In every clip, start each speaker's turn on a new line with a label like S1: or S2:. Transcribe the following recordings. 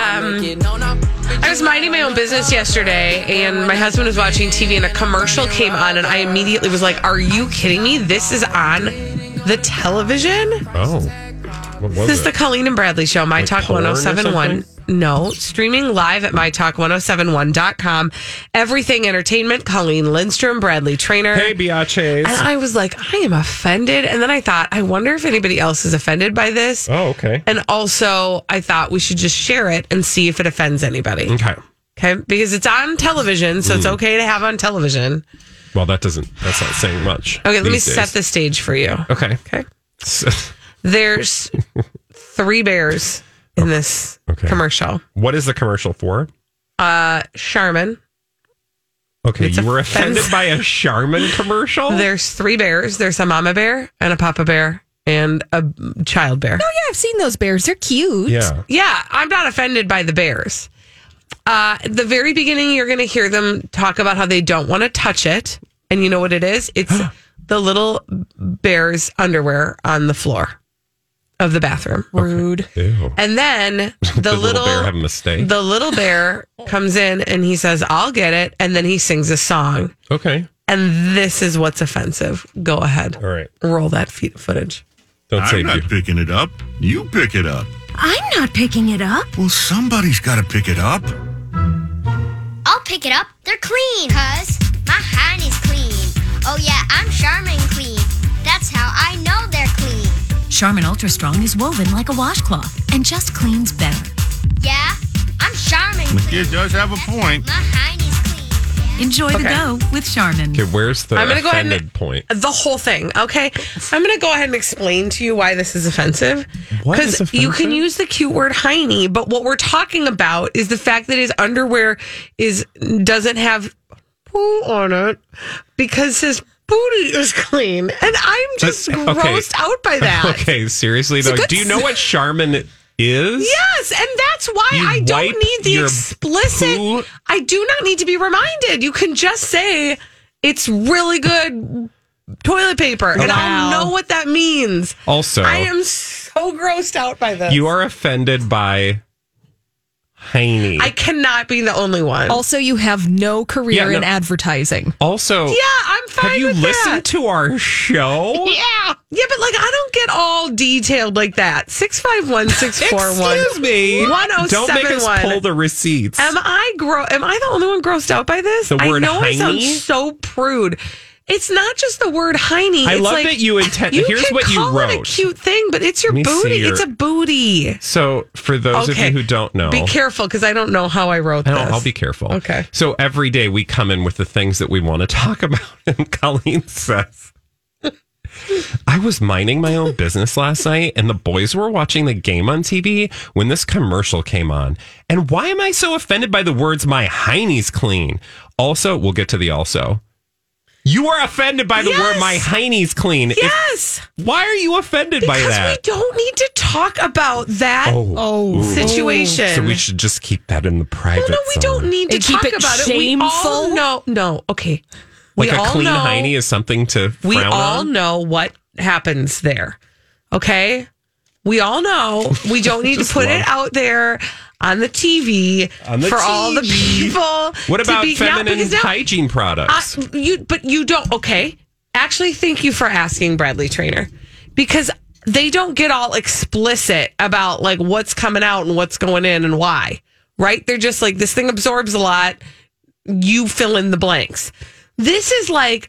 S1: Um, I was minding my own business yesterday, and my husband was watching TV, and a commercial came on, and I immediately was like, "Are you kidding me? This is on the television?
S2: Oh. What was
S1: This is
S2: it?
S1: the Colleen and Bradley Show, My
S2: Like
S1: Talk
S2: porn or
S1: 1071." No, streaming live at mytalk1071.com. Everything entertainment, Colleen Lindstrom, Bradley Trainer.
S2: hey, biatches.
S1: And I was like, I am offended. And then I thought, I wonder if anybody else is offended by this.
S2: oh, okay.
S1: And also, I thought we should just share it and see if it offends anybody.
S2: Okay.
S1: Okay. Because it's on television, so it's
S2: Hmm.
S1: okay to have on television.
S2: Well, that doesn't, that's not saying much.
S1: Okay, let me
S2: these days.
S1: set the stage for you.
S2: Okay.
S1: Okay.
S2: S-
S1: There's three bears in this
S2: Okay.
S1: commercial
S2: what is the commercial for?
S1: Charmin.
S2: Okay,
S1: It's
S2: you were
S1: offensive.
S2: offended by a Charmin commercial?
S1: There's three bears. There's a mama bear and a papa bear and a child bear.
S3: Yeah, I've seen those bears. They're cute.
S2: yeah.
S1: Yeah, I'm not offended by the Bears. Uh, at the very beginning, you're going to hear them talk about how they don't want to touch it. And you know what it is? It's the little bear's underwear on the floor of the bathroom.
S3: Rude.
S2: Ew.
S1: And then the,
S2: The
S1: little,
S2: little bear had a mistake.
S1: The little bear comes in and he says, I'll get it. And then he sings a song.
S2: Okay.
S1: And this is what's offensive. Go ahead.
S2: All right.
S1: Roll that fe- footage.
S2: Don't say
S4: I'm not
S2: beautiful.
S4: picking it up. You pick it up.
S5: I'm not picking it up.
S4: Well, somebody's got to pick it up.
S6: I'll pick it up. They're clean. Cause my hand is clean. Oh yeah, I'm Charmin clean. That's how I know they're clean.
S5: Charmin Ultra Strong is woven like a washcloth and just cleans better.
S6: Yeah, I'm Charmin
S4: The
S6: clean.
S4: kid does have a point.
S6: My hand is clean. Yeah.
S5: Enjoy the go with Charmin.
S2: Okay, where's the
S1: I'm gonna go ahead and-
S2: offended point?
S1: the whole thing. Okay, I'm going to go ahead and explain to you why this is offensive.
S2: What is
S1: Because you can
S2: offensive?
S1: use the cute word "heiny," but what we're talking about is the fact that his underwear is doesn't have poo on it because his booty is clean, and I'm just
S2: Okay.
S1: grossed out by that.
S2: Okay, seriously though,
S1: good
S2: do you know
S1: s-
S2: what Charmin is?
S1: Yes, and that's why
S2: You
S1: I don't
S2: wipe
S1: need the
S2: your
S1: explicit.
S2: poo-
S1: I do not need to be reminded. You can just say it's really good toilet paper, and I'll know what that means.
S2: Also,
S1: I am so grossed out by this.
S2: you are offended by Heine.
S1: I cannot be the only one.
S3: Also, you have no
S2: Yeah,
S3: career
S2: no.
S3: in advertising.
S2: also,
S1: yeah, I'm fine.
S2: have you
S1: with
S2: listened
S1: that.
S2: to our show?
S1: Yeah, yeah, but like I don't get all detailed like that. Six five one six four one.
S2: Excuse me. Don't make us
S1: 1071.
S2: pull the receipts.
S1: Am I gro- Am I the only one grossed out by this?
S2: The
S1: I
S2: word
S1: know I sound
S2: "heiny"?
S1: so prude. It's not just the word "heiny."
S2: I
S1: it's
S2: love
S1: like,
S2: that you intend- here's
S1: can
S2: what you
S1: call It a
S2: wrote.
S1: cute thing, but it's your
S2: Let me see
S1: booty.
S2: your-
S1: It's a booty.
S2: so, for those
S1: okay.
S2: of you who don't know,
S1: Be careful because I don't know how I wrote
S2: I
S1: this.
S2: don't, I'll be careful.
S1: Okay.
S2: So every day we come in with the things that we want to talk about, and Colleen says, "I was minding my own business last night, and the boys were watching the game on TV when this commercial came on. And why am I so offended by the words "my hiney's clean"? Also, we'll get to the also. You are offended by the word
S1: Yes.
S2: "my hiney's clean." If-
S1: Yes,
S2: why are you offended by
S1: because we
S2: that? Oh,
S1: don't need to talk about that oh, situation.
S2: So we should just keep that in the private.
S1: Well, no, we
S2: zone.
S1: don't need to
S3: And keep
S1: talk
S3: it
S1: about it. We all
S3: shameful?
S1: know. No, okay.
S2: Like
S1: we
S2: a
S1: all
S2: clean
S1: know,
S2: hiney is something to
S1: We
S2: frown
S1: all
S2: on.
S1: know what happens there. Okay? We all know. We don't need to
S2: Just
S1: put
S2: love-
S1: it out there on the TV
S2: On the
S1: for all the
S2: TV.
S1: people.
S2: What
S1: to
S2: about
S1: be- now,
S2: feminine
S1: because now-
S2: hygiene
S1: I,
S2: products?
S1: you, but you don't. Okay. Actually, thank you for asking, Bradley Trainer, because they don't get all explicit about like what's coming out and what's going in and why. Right? They're just like this thing absorbs a lot. You fill in the blanks. This is like.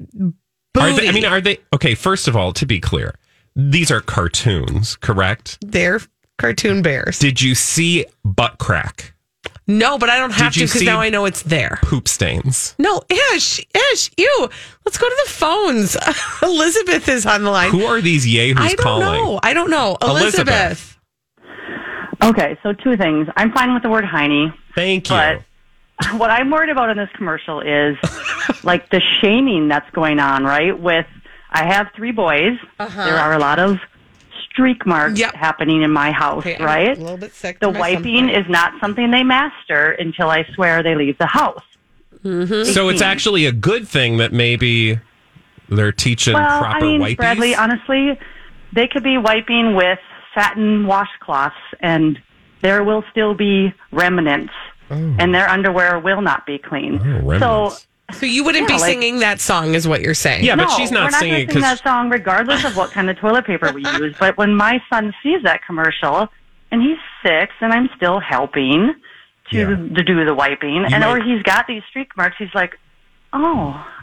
S2: are they, I
S1: booty.
S2: mean, are they okay? First of all, to be clear, these are cartoons, correct?
S1: They're cartoon bears.
S2: Did you see butt crack,
S1: no, but I don't have to
S2: Did you
S1: because
S2: see-
S1: now I know it's there.
S2: poop stains?
S1: No, ish, ish, ew. Let's go to the phones. Elizabeth is on the line.
S2: Who are these yahoos
S1: I don't
S2: calling?
S1: know. I don't know.
S2: Elizabeth.
S1: Elizabeth.
S7: Okay, so two things. I'm fine with the word heiny.
S2: Thank you.
S7: But- What I'm worried about in this commercial is like the shaming that's going on, right? With I have three boys. There are a lot of streak marks
S1: Uh-huh. Yep.
S7: happening in my house,
S1: Okay, I'm
S7: right?
S1: a little bit sick
S7: The
S1: to my
S7: wiping
S1: stomach.
S7: is not something they master until I swear they leave the house.
S2: so
S1: Mm-hmm.
S2: it's actually a good thing that maybe they're teaching
S7: Well, I
S2: proper
S7: mean,
S2: wipies.
S7: Bradley, honestly, they could be wiping with satin washcloths, and there will still be remnants, and their underwear will not be clean. so,
S2: Oh. remnants.
S1: So you wouldn't
S7: Yeah,
S1: be
S7: like-
S1: singing that song, is what you're saying?
S2: yeah,
S7: no,
S2: but she's
S7: we're
S2: not
S7: not
S2: singing
S7: gonna sing
S2: because
S7: that song, regardless of what kind of toilet paper we use. But when my son sees that commercial, and he's six, and I'm still helping to,
S2: Yeah.
S7: to do the wiping, and
S2: might-
S7: or he's got these streak marks, he's like, oh,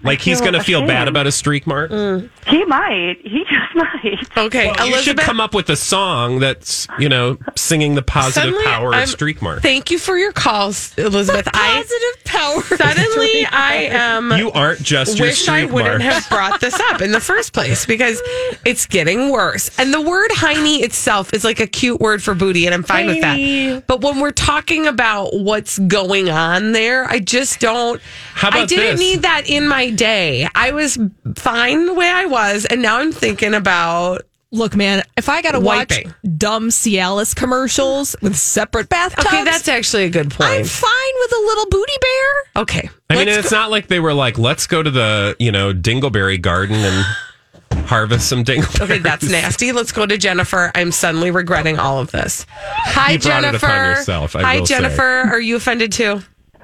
S7: I
S2: like he's
S7: feel
S2: going to feel bad
S7: ashamed.
S2: about a streak mark.
S1: Mm.
S7: He might, he just might.
S1: Okay,
S2: Well, you should
S1: Elizabeth.
S2: come up with a song that's you know singing the positive
S1: suddenly
S2: power
S1: I'm-
S2: of streak mark.
S1: Thank you for your calls, Elizabeth. I
S3: Positive power.
S1: suddenly I am.
S2: you aren't just your
S1: wish I
S2: streak
S1: wouldn't
S2: mark.
S1: have brought this up in the first place because it's getting worse. And the word heiny itself is like a cute word for booty, and I'm fine with that. But when we're talking about what's going on there, I just don't.
S2: How about
S1: I didn't
S2: this?
S1: need that in my day. I was fine the way I was, and now I'm thinking about.
S3: Look, man, if I got to watch
S1: Wiping.
S3: dumb Cialis commercials with separate bathtubs,
S1: Okay, that's actually a good
S3: I'm
S1: point.
S3: fine with a little booty bear.
S1: Okay.
S2: I mean, and it's not like they were like, let's go to the you know dingleberry garden and harvest some dingleberries.
S1: Okay, that's nasty. Let's go to Jennifer. I'm suddenly regretting all of this. Hi,
S2: You brought it
S1: Jennifer.
S2: upon yourself, I
S1: Hi,
S2: will say.
S1: Jennifer. Are you offended too?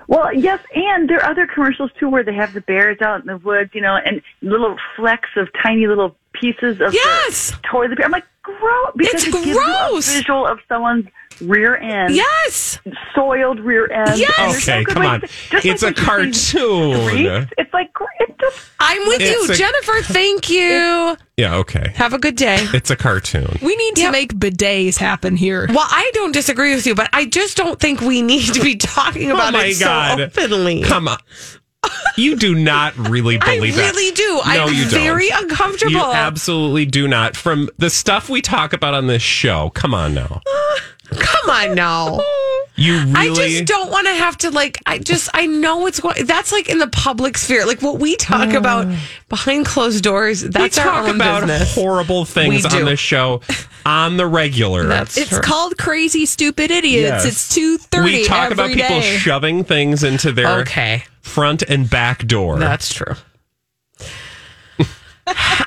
S8: Well, yes, and there are other commercials too where they have the bears out in the woods, you know, and little flecks of tiny little pieces of the
S1: Yes.
S8: toilet paper. I'm like, gross! Because
S1: It's
S8: it gives you a
S1: gross.
S8: visual of someone's rear end,
S1: Yes.
S8: soiled rear end.
S1: Yes.
S8: And there's no
S2: Okay,
S8: good
S2: come
S8: way
S2: on.
S8: to- just
S2: It's a
S8: like when you see
S2: cartoon.
S8: streaks, It's like gr- it just
S1: I'm with
S2: It's
S1: you,
S2: a-
S1: Jennifer. Thank you.
S2: Yeah, okay.
S1: Have a good day.
S2: It's a cartoon.
S3: We need to make bidets happen here.
S1: Well, I don't disagree with you, but I just don't think we need to be talking about
S2: Oh my
S1: it
S2: God.
S1: so openly.
S2: Come on. You do not really
S1: I
S2: believe that.
S1: really do.
S2: No,
S1: I'm
S2: you don't.
S1: very uncomfortable.
S2: You absolutely do not. From the stuff we talk about on this show, come on now.
S1: Come on now.
S2: You really
S1: I just don't want to have to like. I just I know what's going. That's like in the public sphere, like what we talk about behind closed doors.
S2: we
S1: That's our
S2: talk
S1: own
S2: about
S1: business.
S2: horrible things
S1: We do.
S2: on this show on the regular.
S1: That's
S3: it's
S1: true.
S3: called Crazy Stupid
S2: Yes.
S3: Idiots. It's two thirty.
S2: we talk about people shoving things into their
S1: okay.
S2: front and back door.
S1: That's true.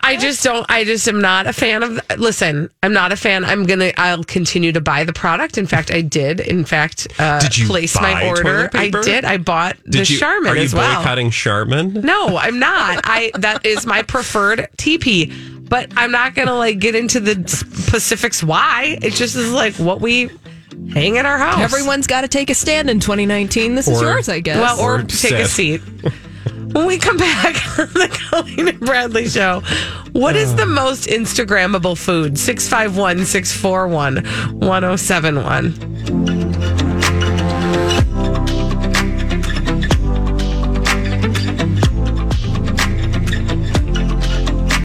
S1: I just don't. I just am not a fan of. Listen, I'm not a fan. I'm gonna. I'll continue to buy the product. In fact, I did. In fact, uh,
S2: Did you
S1: place
S2: buy
S1: my order?
S2: toilet
S1: I
S2: paper?
S1: did. I bought the
S2: Did you,
S1: Charmin
S2: are you
S1: as well.
S2: boycotting Charmin?
S1: No, I'm not. I that is my preferred TP, but I'm not gonna like get into the specifics why. It just is like what we hang at our house.
S3: Everyone's got to take a stand in 2019. This is
S2: Or-
S3: yours, I guess.
S1: Well, or
S2: Or
S1: take a seat.
S2: sit.
S1: When we come back on the Colleen and Bradley show, what is the most oh Instagrammable food? 651 641 1071.